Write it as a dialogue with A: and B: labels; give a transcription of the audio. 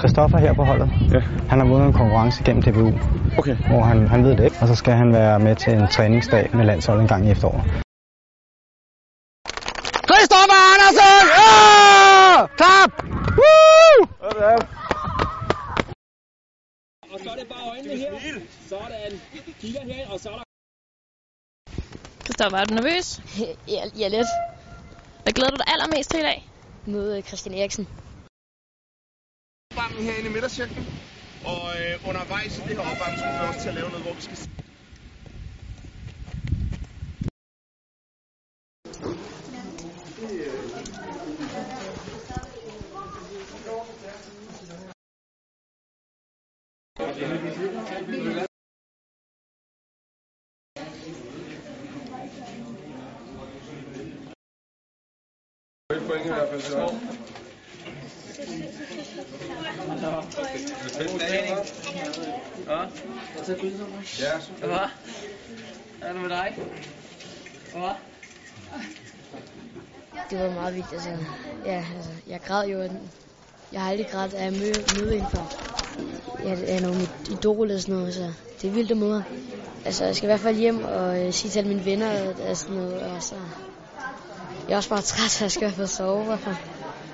A: Christoffer her på holdet,
B: Ja.
A: han har vundet en konkurrence gennem DBU,
B: Okay.
A: hvor han, han ved det. Og så skal han være med til en træningsdag med landsholdet en gang i efteråret.
C: Christoffer Andersen! Ja! Klap! Woo!
D: Og så er det bare øjnene her. Sådan. Kigger her, og så er der...
E: Kristoffer, er du nervøs?
F: Ja, ja lidt.
E: Hvad glæder du dig allermest til i dag?
F: Møde Christian Eriksen.
G: opvarmning herinde i midtercirklen. Og øh, undervejs i det her opvarmning, så kommer vi også til at lave noget, hvor vi skal
D: Ja. Og så gryder mig. Ja. Ja. Er det med dig? Ja.
F: Det var meget vildt. Altså, ja, altså, jeg græd jo. af den. Jeg har aldrig grædt af at møde, møde en før. Ja, det er nogle idol og sådan noget, så det er vildt at møde. Altså, jeg skal i hvert fald hjem og øh, sige til alle mine venner og, og sådan noget. Og så, jeg er også bare træt, så jeg skal i hvert fald sove. Og,